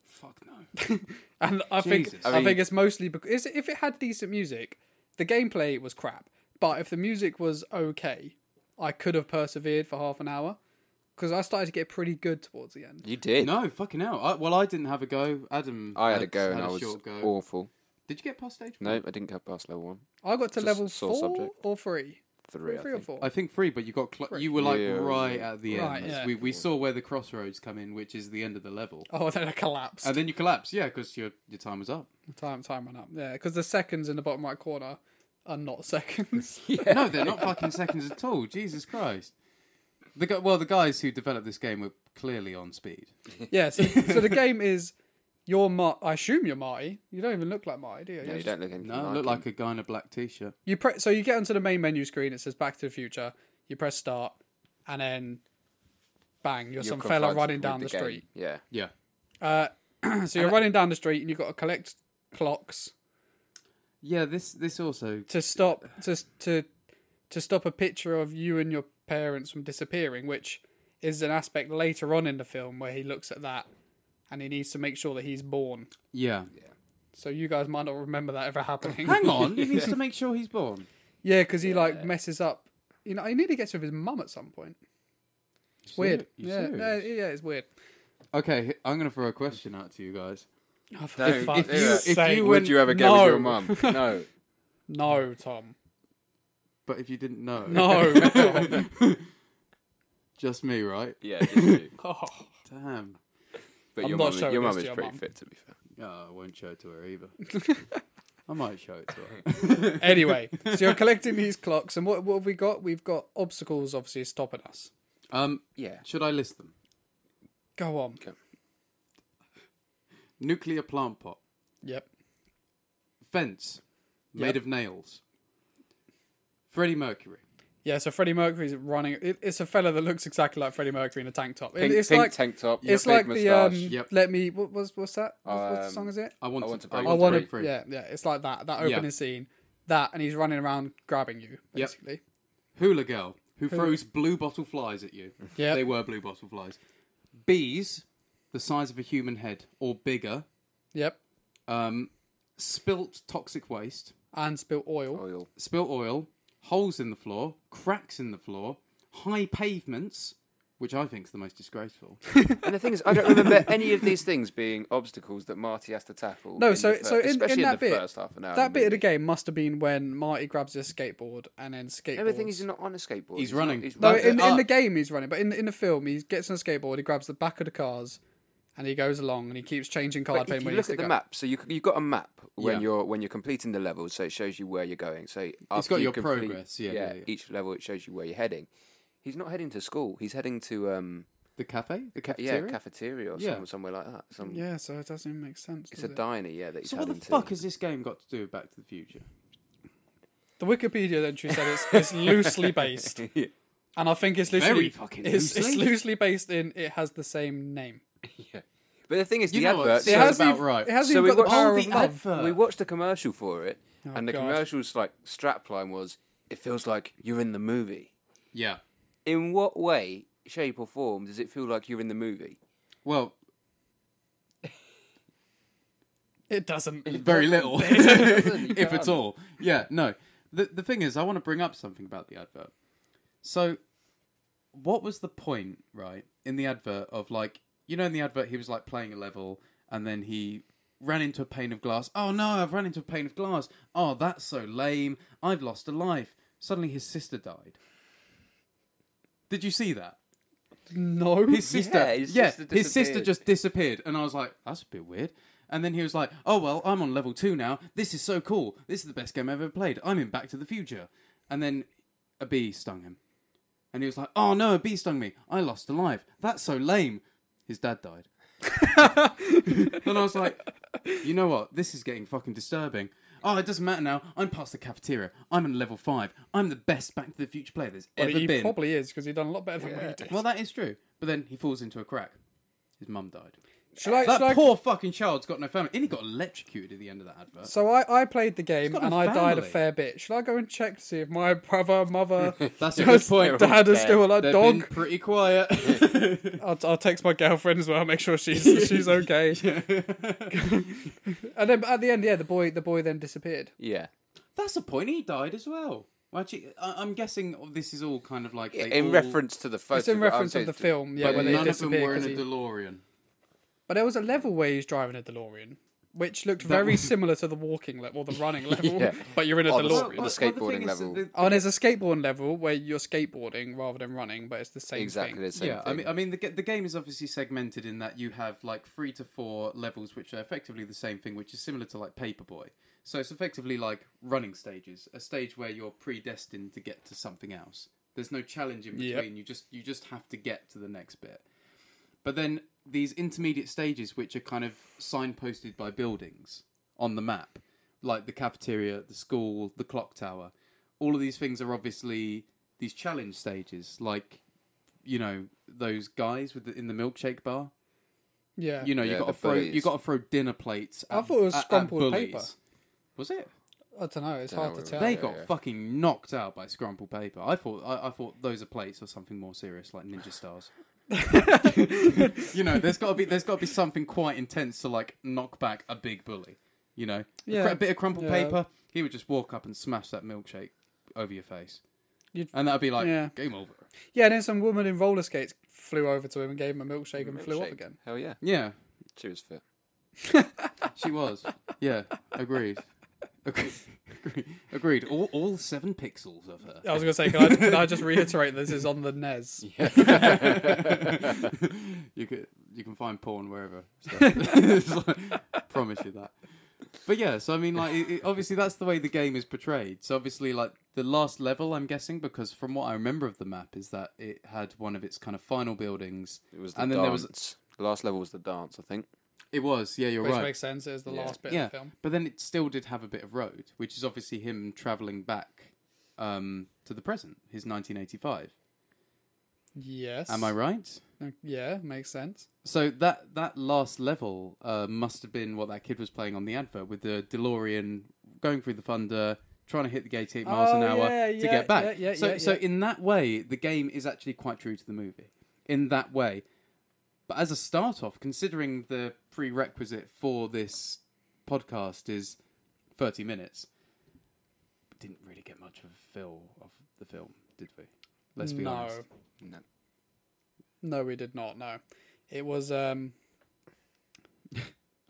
C: Fuck no.
B: and I
C: Jesus.
B: think I,
A: I mean-
B: think it's mostly because if it had decent music, the gameplay was crap. But if the music was okay, I could have persevered for half an hour because I started to get pretty good towards the end.
A: You did.
C: No, fucking hell. I, well, I didn't have a go. Adam,
A: I had a go and
C: had
A: I
C: a
A: was
C: short go.
A: awful.
C: Did you get past stage?
A: No, I didn't get past level one.
B: I got to
A: Just
B: level
A: sore
B: four
A: subject.
B: or three,
A: Three. I
B: three or
A: think.
B: four.
C: I think three, but you got cl- you were like
A: Yeah.
C: right at the end.
B: Right, yeah.
C: We we saw where the crossroads come in, which is the end of the level,
B: oh, then I collapsed.
C: and then you collapse. Yeah, because your your time was up.
B: time time went up. Yeah, because the seconds in the bottom right corner are not seconds.
C: No, they're not fucking seconds at all. Jesus Christ. The gu- well, the guys who developed this game were clearly on speed.
B: Yeah, so, so the game is you're Mar- I assume you're Marty. You don't even look like Marty, do you?
A: No,
B: You're
A: you
B: just-
A: don't look anything
C: No,
A: like
C: look
A: him.
C: like a guy in a black t-shirt.
B: You pre- so you get onto the main menu screen. It says Back to the Future. You press start, and then bang, you're,
A: You're
B: some fella
A: confronted
B: running
A: with
B: down the,
A: game.
B: street.
A: Yeah.
C: Yeah.
B: Uh, so you're running down the street, and you've got to collect clocks
C: Yeah. This this also.
B: to stop to to to stop a picture of you and your parents from disappearing, which is an aspect later on in the film where he looks at that, and he needs to make sure that he's born.
C: Yeah.
B: So you guys might not remember that ever happening.
C: Hang on. He needs to make sure he's born.
B: Yeah, because he like messes up. You know, he nearly gets with his mum at some point. It's weird.
C: You
B: Yeah,
C: serious?
B: no, yeah, it's weird.
C: Okay, I'm gonna throw a question out to you guys.
B: Oh, for fuck's
A: if you- if
C: you
B: sake.
C: were-
A: Would you ever go with
B: No.
A: your mum? No.
B: no, Tom,
C: But if you didn't know,
B: no. Tom.
C: just me, right?
A: yeah. just you.
B: Oh,
C: Damn.
A: But
B: I'm
A: your
B: not
A: mum,
B: showing
A: your
B: this
A: mum
B: to
A: is
B: your
A: pretty
B: mum.
A: fit, to be fair.
C: Oh, I won't show it to her either. I might show it to her.
B: anyway, so you're collecting these clocks, and what what have we got? We've got obstacles, obviously, stopping us.
C: Um,
A: Yeah.
C: should I list them?
B: Go on.
C: Nuclear plant pot,
B: Yep.
C: fence made
B: Yep.
C: of nails, Freddie Mercury,
B: Yeah. So Freddie Mercury's running. It, it's a fella that looks exactly like Freddie Mercury in a tank top. It-
A: Pink,
B: it's
A: pink
B: like
A: tank top.
B: it's
A: big
B: like the um.
A: moustache.
C: Yep.
B: Let me. What was what's that? What, what
A: Um,
B: song is it?
C: I want,
A: I want
C: to,
A: to break
B: I
A: It's
B: want
A: pretty
B: to.
C: free.
B: Yeah, yeah. It's like that. That opening scene. That and he's running around grabbing you,
C: Yep.
B: basically.
C: Hula girl who throws blue bottle flies at you.
B: Yep.
C: they were blue bottle flies. Bees, the size of a human head or bigger.
B: Yep.
C: Um, spilt toxic waste.
B: And spill oil.
A: Oil.
C: spilt oil, holes in the floor, cracks in the floor, high pavements, which I think is the most disgraceful.
A: And the thing is, I don't remember any of these things being obstacles that Marty has to tackle.
B: No,
A: in
B: so-
A: the fir-
B: so in- in
A: especially
B: that
A: the
B: bit-
A: first half an hour.
B: That bit of the
A: movie.
B: game must have been when Marty grabs his skateboard and then skateboards.
A: No, the thing is, he's not on a skateboard.
C: He's
A: not-
C: running.
A: he's
B: no,
C: That's
B: in,
C: it.
B: in
C: Ah.
B: the game he's running, but in in the film he gets on a skateboard, he grabs the back of the cars, and he goes along and he keeps changing card
A: But
B: payment.
A: if you look at the map, so you you've got a map when
C: Yeah.
A: you're when you're completing the levels, so it shows you where you're going. So after
C: got
A: you
C: your
A: complete-
C: progress, yeah, yeah, yeah.
A: each level it shows you where you're heading. He's not heading to school. He's heading to um,
C: the cafe, the
A: yeah,
C: cafeteria.
A: cafeteria or
C: Yeah.
A: some, somewhere like that. Some,
B: Yeah, so it doesn't even make sense.
A: It's
B: does
A: a
B: it?
A: diner, yeah. That he's
C: So what
A: heading
C: the fuck
A: to.
C: has this game got to do with Back to the Future?
B: the Wikipedia entry said it's, it's loosely based, and I think it's loosely
C: Very fucking
B: it's, it's
C: loosely.
B: loosely based in it has the same name.
A: But the thing is,
C: You
A: the
C: know what?
A: advert.
C: See,
B: It
C: Sounds
B: has
C: about
B: even-
C: right.
B: It has
A: So
B: even
A: we
B: got the
A: watched-
B: power
C: Oh,
B: of
C: the
B: love.
C: advert. Oh,
A: we watched a commercial for it, and the
B: God.
A: commercial's like strapline was, "It feels like you're in the movie."
C: Yeah.
A: In what way, shape, or form does it feel like you're in the movie?
C: Well,
B: It doesn't.
C: very little, if at all. Yeah, no. The the thing is, I want to bring up something about the advert. So, what was the point, right, in the advert of like, you know, in the advert he was like playing a level, and then he ran into a pane of glass. Oh no, I've run into a pane of glass. Oh, that's so lame. I've lost a life. Suddenly, his sister died. Did you see that?
B: No.
C: his sister, yeah,
A: Yeah, his
C: his, sister
A: sister disappeared.
C: just disappeared, and I was like, that's a bit weird. And then he was like, oh well, I'm on level two now. This is so cool. This is the best game I've ever played. I'm in Back to the Future. And then a bee stung him, And he was like, "Oh no, a bee stung me. I lost a life. That's so lame." His dad died. and I was like, "You know what? This is getting fucking disturbing." Oh, it doesn't matter now. I'm past the cafeteria. I'm in level five. I'm the best Back to the Future player there's
B: But
C: ever
B: he
C: been.
B: probably is because he done a lot better than we did.
C: Well, that is true. But then he falls into a crack. His mum died.
B: Shall I,
C: That
B: shall I-
C: poor fucking child's got no family. And he got electrocuted at the end of that advert.
B: So I, I played the game
C: got
B: and
C: a
B: I died a
C: family.
B: fair bit. Shall I go and check to see if my brother, mother,
C: That's a good point.
B: dad is still alive?
C: They've
B: Dog.
C: been pretty quiet.
B: I'll, I'll text my girlfriend as well. Make sure she's she's okay. and then at the end, yeah, the boy the boy then disappeared.
A: Yeah.
C: That's a point. He died as well. Well, actually, I- I'm guessing this is all kind of like they
A: In
C: all-
A: reference to the photo.
B: It's in reference of the film, yeah,
C: But
B: where they
C: none of them were
B: disappeared.
C: in a
B: 'cause he-
C: DeLorean.
B: But there was a level where he's driving a DeLorean, which looked very similar to the walking level, the running level.
A: Yeah.
B: But you're in a
A: Oh, the-
B: DeLorean.
A: the skateboarding level.
B: Oh, and there's a skateboard level where you're skateboarding rather than running, but it's the same
A: Exactly
B: thing.
A: the same
C: yeah,
A: thing.
C: I mean, I mean, the ga- the game is obviously segmented in that you have like three to four levels, which are effectively the same thing, which is similar to like Paperboy. So it's effectively like running stages, a stage where you're predestined to get to something else. There's no challenge in between.
B: Yep.
C: You just you just have to get to the next bit. But then these intermediate stages, which are kind of signposted by buildings on the map, like the cafeteria, the school, the clock tower, all of these things are obviously these challenge stages, like you know those guys with the, in the milkshake bar.
B: Yeah.
C: You know you
A: Yeah,
C: got
A: the
C: to throw
A: bullies.
C: you got to throw dinner plates.
B: I
C: at-
B: thought it was
C: at- at
B: scrumpled
C: bullies.
B: paper.
C: Was it?
B: I don't know. It's hard
A: know
B: to
A: what
B: tell.
C: They
A: yeah,
C: got
A: yeah.
C: fucking knocked out by scrumpled paper. I thought I, I thought those are plates or something more serious, like ninja stars. you know, there's got to be there's got to be something quite intense to like knock back a big bully. You know, A
B: Yeah.
C: cr- a bit of crumpled
B: Yeah.
C: paper, he would just walk up and smash that milkshake over your face,
B: You'd-
C: and that'd be like
B: Yeah.
C: game over.
B: Yeah, and then some woman in roller skates flew over to him and gave him a milkshake and flew up
A: Milkshake.
B: again.
A: Hell yeah.
C: Yeah,
A: She was fit.
C: she was. yeah, agreed. Agreed. Agreed. agreed. All, all seven pixels of her.
B: I was going to say, can I, can I just reiterate this is on the E NES?
C: you could you can find porn wherever. so. It's like- promise you that. But yeah, so I mean, like, it, it- obviously that's the way the game is portrayed. So obviously, like the last level, I'm guessing, because from what I remember of the map, is that it had one of its kind of final buildings.
A: It was the
C: and
A: dance.
C: then there was
A: The last level was the dance, I think.
C: it was yeah, you're
B: Which
C: right.
B: makes sense. It was the last bit
C: yeah,
B: of the film.
C: but then it still did have a bit of road, which is obviously him traveling back um, to the present, his 1985.
B: Yes. Mm,
C: Am I right?
B: Yeah, makes sense.
C: So that that last level uh, must have been what that kid was playing on the advert with the DeLorean going through the thunder, trying to hit the gate eight miles an
B: Oh,
C: hour
B: yeah,
C: to
B: yeah,
C: get back.
B: yeah, yeah,
C: so
B: yeah,
C: so
B: yeah.
C: in that way, the game is actually quite true to the movie. In that way, but as a start off, considering the prerequisite for this podcast is thirty minutes, didn't really get much of a feel of the film, did we? Let's be
B: no.
C: honest.
A: No.
B: No, we did not. No. It was um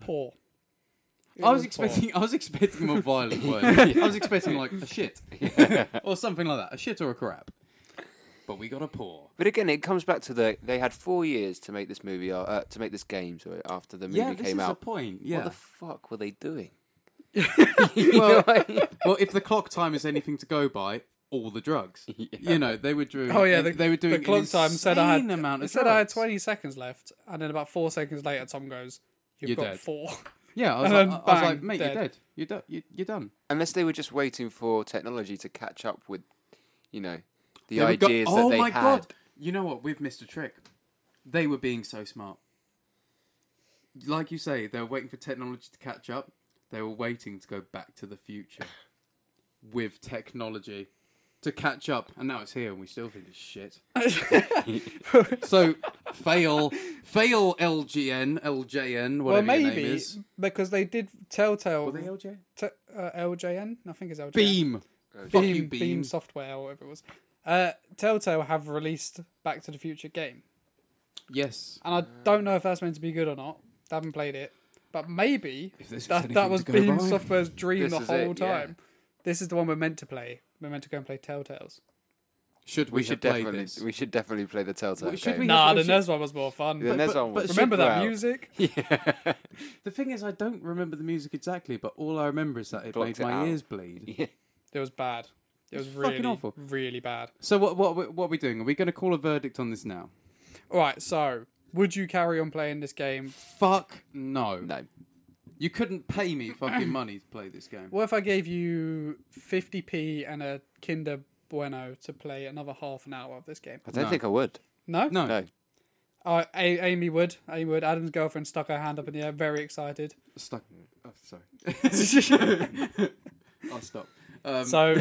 B: poor. It
C: I was
B: poor.
C: expecting I was expecting more violent word. I was expecting like a shit or something like that, a shit or a crap. But we got a paw.
A: But again, it comes back to the they had four years to make this movie uh, to make this game. sorry, after the movie
C: Yeah, this
A: came
C: is a
A: out,
C: point. Yeah.
A: what the fuck were they doing?
C: well, well, if the clock time is anything to go by, all the drugs. You know, they were doing.
B: Oh yeah,
C: they,
B: the,
C: they were doing.
B: the clock
C: an
B: time said I had
C: insane amount
B: it
C: of
B: said I had
C: drugs.
B: twenty seconds left, and then about four seconds later, Tom goes, "You've
C: You're
B: got
C: dead.
B: four.
C: Yeah, I was,
B: and
C: like,
B: then
C: I- I was
B: bang,
C: like, mate,
B: dead.
C: you're dead. You're done. You're, you're done.
A: Unless they were just waiting for technology to catch up with, you know, the
C: They were go-
A: ideas that
C: oh
A: they
C: my
A: had.
C: god! You know what? We've missed a trick. They were being so smart. Like you say, they were waiting for technology to catch up. They were waiting to go back to the future with technology to catch up, and now it's here, and we still think it's shit. so fail, fail, LGN, LJN,
B: Well,
C: whatever your name
B: maybe
C: is.
B: because they did Telltale
C: Were they LJ?
B: t- uh, LJN. I think it's LJN.
C: Beam. Fuck you,
B: Beam,
C: Beam.
B: Beam Software or whatever it was. Uh, Telltale have released Back to the Future game,
C: Yes.
B: and I don't know if that's meant to be good or not. I haven't played it, but maybe
C: this is
B: that,
C: anything
B: that was
C: to go
B: Beam
C: by.
B: Software's dream
A: This
B: the
A: is
B: whole
A: it, yeah.
B: time. This is the one we're meant to play. We're meant to go and play Telltales.
C: Should we,
A: We should
C: have played
A: definitely,
C: this?
A: we should definitely play the Telltale.
C: Well, should
A: game.
C: we-
B: Nah, the
C: should-
B: NES one was more fun.
A: The NES
C: but-
A: one
C: but
A: was-
C: should-
B: Remember that
A: Wow.
B: music?
C: The thing is, I don't remember the music exactly, but all I remember is that it
A: Blocked
C: made
A: it
C: my
A: out.
C: ears bleed.
B: It was bad. It was
C: fucking
B: really,
C: awful.
B: really bad.
C: So what what we- what are we doing? Are we going to call a verdict on this now?
B: All right, so would you carry on playing this game?
C: Fuck no.
A: No.
C: You couldn't pay me fucking money to play this game.
B: What if I gave you 50p and a Kinder Bueno to play another half an hour of this game?
A: I don't
C: No.
A: think I would.
B: No?
C: No.
A: No.
B: Uh, A- Amy Wood. Amy Wood. Adam's girlfriend stuck her hand up in the air, very excited.
C: Stuck. Oh, sorry. I'll stop. Um,
B: So, all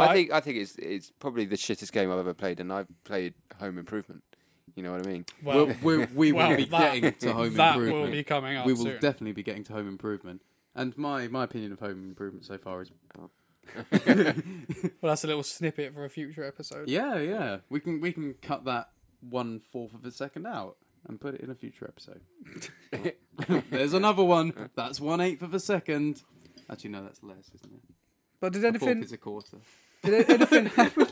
A: I
B: right.
A: think I think it's it's probably the shittest game I've ever played, and I've played Home Improvement. You know what I mean?
B: well,
C: we we we
B: Well,
C: will be
B: that-
C: getting to home
B: that
C: improvement.
B: will be coming up
C: we will
B: soon.
C: definitely be getting to home improvement. And my, my opinion of home improvement so far is
B: well, that's a little snippet for a future episode.
C: yeah yeah we can we can cut that one fourth of a second out and put it in a future episode. There's another one that's one eighth of a second. Actually no, that's less, isn't it?
B: But did
C: A fourth
B: anything
C: is a quarter.
B: did anything happen?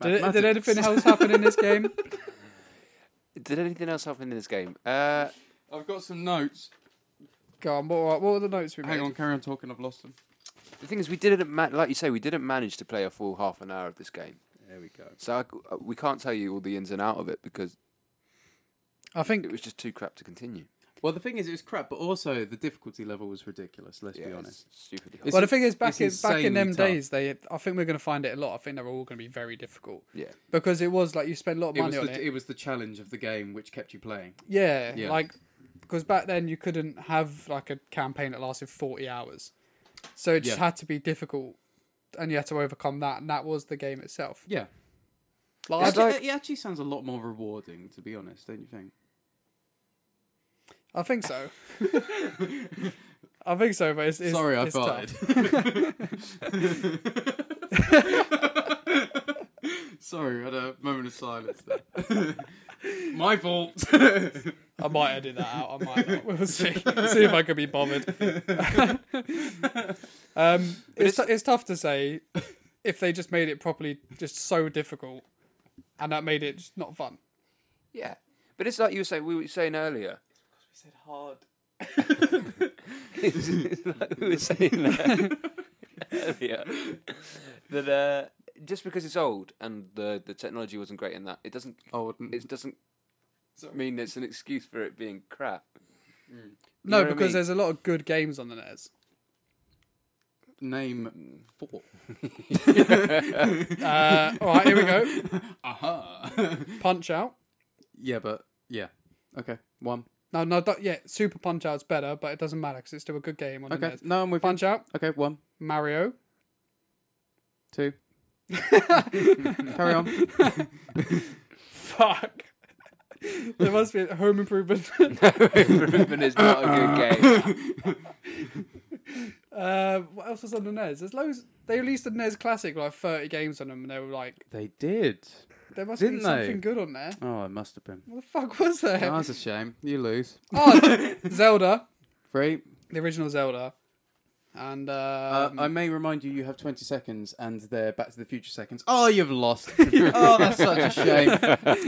B: did, did anything else happen in this game?
A: Did anything else happen in this game? Uh,
C: I've got some notes.
B: Go on. What, what were the notes we made?
C: Hang on, carry on talking. I've lost them.
A: the thing is, we didn't ma- like you say we didn't manage to play a full half an hour of this game,
C: There we go.
A: so I c- uh, we can't tell you all the ins and out of it because
B: I
A: it
B: think
A: was just too crap to continue.
C: Well, the thing is, it was crap, but also the difficulty level was ridiculous. Let's be
A: it's
C: honest.
A: stupidly hard.
C: It's
B: well, the
C: in-
B: thing is, back
C: it's
B: in back in
C: insanely
B: them
C: tough.
B: days, they I think we're going to find it a lot. I think they're all going to be very difficult
A: yeah,
B: because it was like you spent a lot of
C: It was
B: money on
C: the
B: it.
C: it. was the challenge of the game which kept you playing.
B: Yeah,
C: Yeah.
B: like because back then you couldn't have like a campaign that lasted forty hours, so it just
C: Yeah.
B: had to be difficult, and you had to overcome that, and that was the game itself.
C: Yeah,
B: Like,
A: It's
B: I,
A: like-
C: it actually sounds a lot more rewarding, to be honest, don't you think?
B: I think so. I think so, but it's, it's
C: Sorry, I
B: it's tough.
C: farted. Sorry, I had a moment of silence there. My fault.
B: I might edit that out. I might not. We'll see. see if I can be bothered. um, it's, it's tough to say if they just made it properly, just so difficult, and that made it just not fun.
A: yeah. But it's like you were saying we were saying earlier.
C: said hard.
A: it's like we were saying that earlier that uh, just because it's old and the the technology wasn't great in that, it doesn't
C: Oh,
A: it doesn't mean it's an excuse for it being crap. You
B: No,
A: know what I
B: because
A: mean?
B: there's a lot of good games on the E NES.
C: name four.
B: Uh, all right, here we go.
C: Aha.
B: Punch Out.
C: yeah, but yeah. Okay, one.
B: No, no, don't, yeah, Super Punch Out's better, but it doesn't matter because it's still a good game on the
C: Okay,
B: NES.
C: no, I'm with you.
B: Punch Out,
C: Okay, one,
B: Mario,
C: two. Carry on.
B: Fuck. there must be a home improvement.
A: Ruben is not a good game.
B: uh, what else was on the NES? There's loads. They released the NES Classic with like 30 games on them, and they were like,
C: They did.
B: there must
C: Didn't
B: be
C: they?
B: something good on there.
C: Oh, it must have been.
B: What the fuck was
C: Oh,
B: there?
C: that's a shame. You lose.
B: oh, Zelda,
C: Three.
B: the original Zelda, and um,
C: Uh, I may remind you, you have 20 seconds and they're Back to the Future seconds. Oh, you've lost. oh, that's such a shame.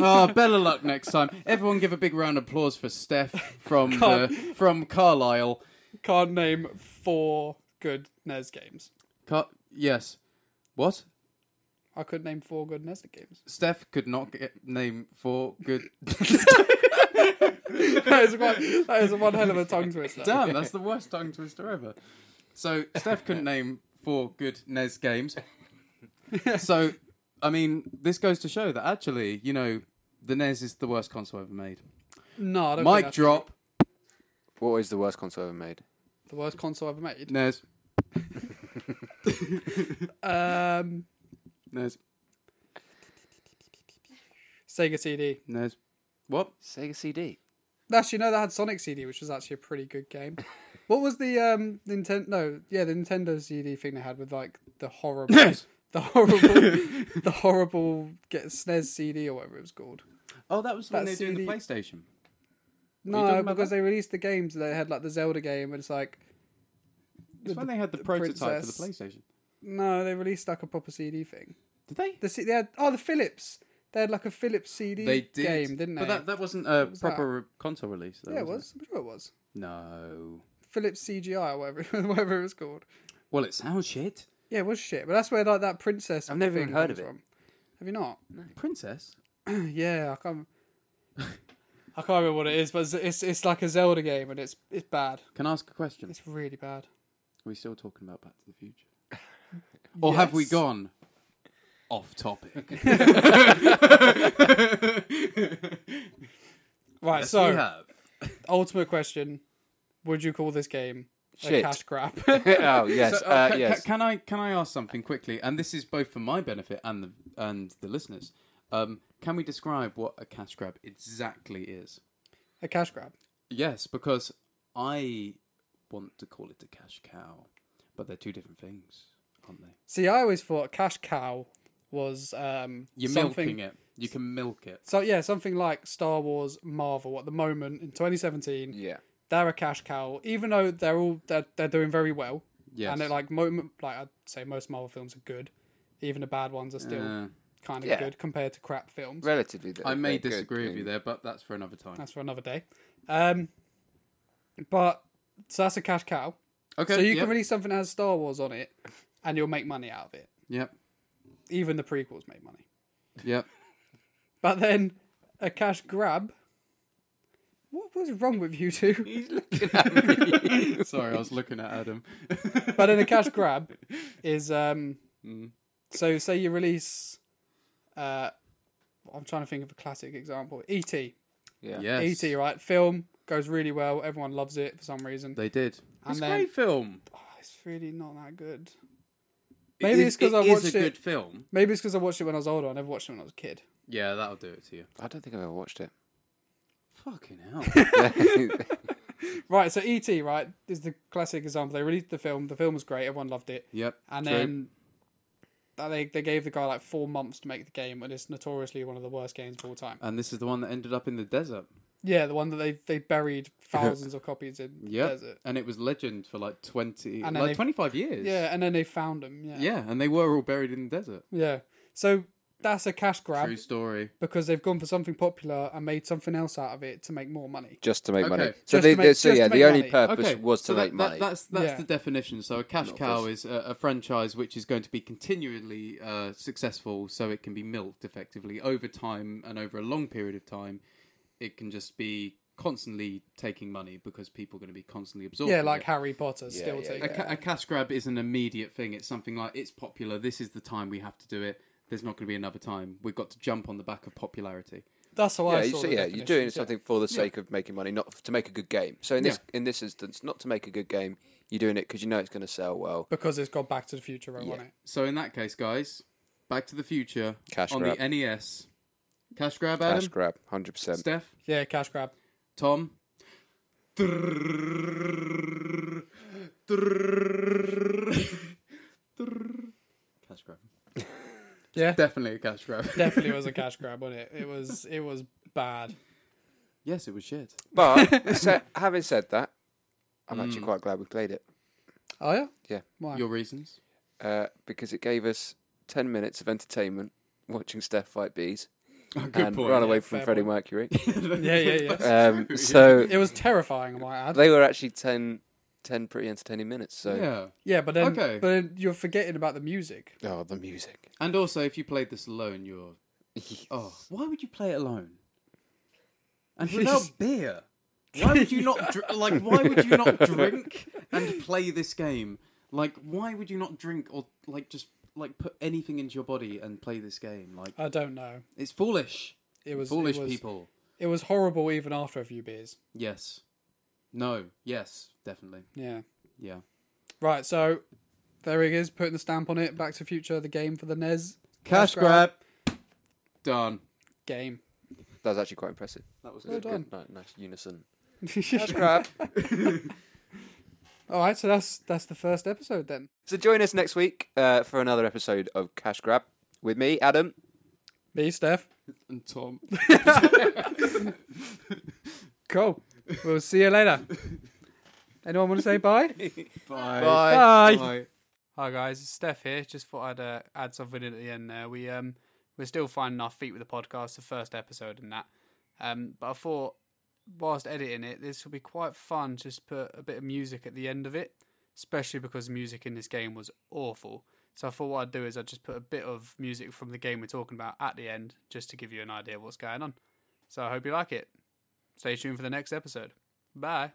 C: Oh, better luck next time. Everyone give a big round of applause for Steph from, the, from Carlisle.
B: can't name four good NES games.
C: Car- yes. What?
B: I could name four good NES games.
C: Steph could not get, name four good.
B: that, is one, that is one hell of a tongue twister.
C: Damn, that's the worst tongue twister ever. So Steph couldn't name four good NES games. So, I mean, this goes to show that actually, you know, the NES is the worst console ever made.
B: No, I don't think
C: Mic
B: that's
C: drop.
A: What is the worst console ever made?
B: The worst console ever made.
C: NES.
B: Um,
C: NES.
B: Sega CD.
C: NES. What?
A: Sega CD.
B: Actually, no, that had Sonic CD, which was actually a pretty good game. What was the um Nintendo? No, yeah, the Nintendo CD thing they had with like the horrible, the horrible, the horrible get E SNES CD or whatever it was called.
C: Oh, that was when they
B: That
C: were doing the
B: CD.
C: PlayStation. you
B: No,
C: talking about
B: because
C: that?
B: they released the games. They had like the Zelda game, and it's like
C: It's when they had the prototype
B: princess.
C: for the PlayStation.
B: no, they released like a proper CD thing.
C: Did they?
B: The C- they had oh the Philips. They had like a Philips CD
C: They did.
B: game, didn't they?
C: But that, that wasn't a
B: was
C: proper re- console release. Though,
B: yeah, it
C: was
B: was. I'm sure it was
C: No.
B: Philips CGI or whatever, whatever it was called.
C: Well, it sounds shit.
B: Yeah, it was shit. But that's where like that princess.
A: I've never
B: thing
A: even heard
B: comes
A: of it.
B: From. Have you not?
C: Princess?
B: yeah, I can't. I can't remember what it is, but it's, it's it's like a Zelda game, and it's it's bad.
C: Can I ask a question?
B: It's really bad.
C: Are we still talking about Back to the Future? Or have we
B: Yes.
C: gone off topic?
B: Right,
C: we
B: so
C: have.
B: ultimate question: Would you call this game a
A: Shit.
B: cash grab?
A: oh yes,
C: So,
A: uh,
C: ca- ca-
A: yes.
C: can I can I ask something quickly? And this is both for my benefit and the and the listeners. Um, can we describe what a cash grab exactly is?
B: a cash grab.
C: Yes, because I want to call it a cash cow, but they're two different things, aren't they?
B: See, I always thought cash cow was um
C: You're
B: something.
C: milking it. You can milk it.
B: So yeah, something like Star Wars, Marvel at the moment in 2017,
A: yeah.
B: they're a cash cow. Even though they're all they're, they're doing very well,
C: Yes.
B: and they're like mo- like I'd say most Marvel films are good. Even the bad ones are still
C: Uh,
B: kind of
A: yeah.
B: good compared to crap films.
A: Relatively.
C: I may disagree with you there, but that's for another time.
B: That's for another day. Um, but so that's a cash cow.
C: Okay.
B: so you
C: yep,
B: can release something that has Star Wars on it, and you'll make money out of it.
C: Yep.
B: Even the prequels make money.
C: Yep.
B: But then a cash grab. What was wrong with you two?
C: Sorry, I was looking at Adam.
B: but then a cash grab is um.
C: Mm.
B: So say you release. Uh, I'm trying to think of a classic example. E E.T.
A: Yeah.
C: Yes.
B: E.T. Right, film goes really well. Everyone loves it for some reason.
C: They did.
B: And
C: it's a
B: then-
C: great film.
B: Oh, it's really not that good.
C: It
B: Maybe
C: is-
B: it's 'cause
C: it
B: I
C: is
B: watched
C: a
B: it-
C: good film.
B: Maybe it's because I watched it when I was older. I never watched it when I was a kid.
C: Yeah, that'll do it to you.
A: I don't think I've ever watched it.
C: Fucking hell.
B: Right, so E.T. right is the classic example. They released the film. The film was great. Everyone loved it.
C: yep.
B: And
C: true.
B: then that they they gave the guy like four months to make the game, and it's notoriously one of the worst games of all time.
C: and this is the one that ended up in the desert.
B: Yeah, the one that they they buried thousands of copies in the
C: Yep.
B: desert.
C: And it was legend for like twenty,
B: And then
C: like
B: they-
C: twenty five years.
B: Yeah, and then they found them. Yeah.
C: Yeah, and they were all buried in the desert.
B: Yeah. So that's a cash grab
C: True story.
B: because they've gone for something popular and made something else out of it to make more money.
A: just to make money.
C: Okay.
A: So,
B: Just
A: they,
B: to make-
A: so
B: just
A: yeah,
B: to
A: the
B: make
A: only
B: money.
A: purpose
C: okay,
A: was to
C: so
A: make
C: that,
A: money.
C: That, that's that's
B: Yeah.
C: the definition. So a cash
A: Not
C: cow
A: this.
C: is a, a franchise which is going to be continually uh, successful, so it can be milked effectively over time and over a long period of time. It can just be constantly taking money because people are going to be constantly absorbing.
B: Yeah, like
C: it.
B: Harry Potter still
A: yeah,
B: taking.
C: A, ca- a cash grab is an immediate thing. It's something like it's popular. This is the time we have to do it. There's not going to be another time. We've got to jump on the back of popularity.
B: That's how
A: yeah,
B: I
A: you,
B: saw
A: so
B: the
A: yeah, you're
B: definition,
A: doing
B: yeah.
A: something for the sake of making money, not f- to make a good game. So in this in this instance, not to make a good game, you're doing it because you know it's going to sell well.
B: because it's got Back to the Future right on it.
C: So in that case, guys, Back to the Future
A: Cash
C: on the
A: grab.
C: NES. Cash grab, Adam.
A: Cash grab, hundred percent.
C: Steph.
B: Yeah, cash grab.
C: Tom. cash grab.
B: Yeah,
C: Definitely a cash grab.
B: definitely was a cash grab, wasn't it? It was. It was bad.
C: yes, it was shit.
A: But so, having said that, I'm actually quite glad we played it.
B: Oh yeah.
A: Yeah,
B: Why?
C: Your reasons?
A: uh, because it gave us ten minutes of entertainment watching Steph fight bees
C: good
A: and
C: point.
A: run away from
B: fair
A: Freddie Mercury.
B: yeah, yeah, yeah.
A: Um, so
B: It was terrifying, I might add.
A: they were actually 10, 10 pretty entertaining minutes. So
C: Yeah.
B: yeah, but then,
C: Okay.
B: but then you're forgetting about the music.
A: oh, the music.
C: And also, if you played this alone, you're. Oh, why would you play it alone? And without beer, why would you not dr- like? Why would you not drink and play this game? Like, why would you not drink or like just like put anything into your body and play this game? Like,
B: I don't know.
C: it's foolish.
B: It was
C: foolish
B: it was,
C: people.
B: It was horrible even after a few beers.
C: Yes. No. Yes. Definitely.
B: Yeah.
C: Yeah.
B: Right. So there it is. Putting the stamp on it. Back to Future, the game for the NES.
C: Cash grab. Done.
B: game.
A: That was actually quite impressive.
C: That was
A: It was
C: good.
A: a
B: done.
A: good, ni- nice unison. Cash grab.
B: All right. So that's that's the first episode then.
A: So join us next week uh, for another episode of Cash Grab with me, Adam.
B: Me, Steph.
C: And Tom.
B: Cool. We'll see you later. Anyone want to say bye?
C: Bye.
B: Bye.
C: Bye.
B: Hi guys, it's Steph here. Just thought I'd uh, add something in at the end there. We um we're still finding our feet with the podcast, the first episode and that. Um, but I thought whilst editing it, this would be quite fun. Just put a bit of music at the end of it, especially because music in this game was awful. So I thought what I'd do is I'd just put a bit of music from the game we're talking about at the end, just to give you an idea of what's going on. So I hope you like it. Stay tuned for the next episode. Bye.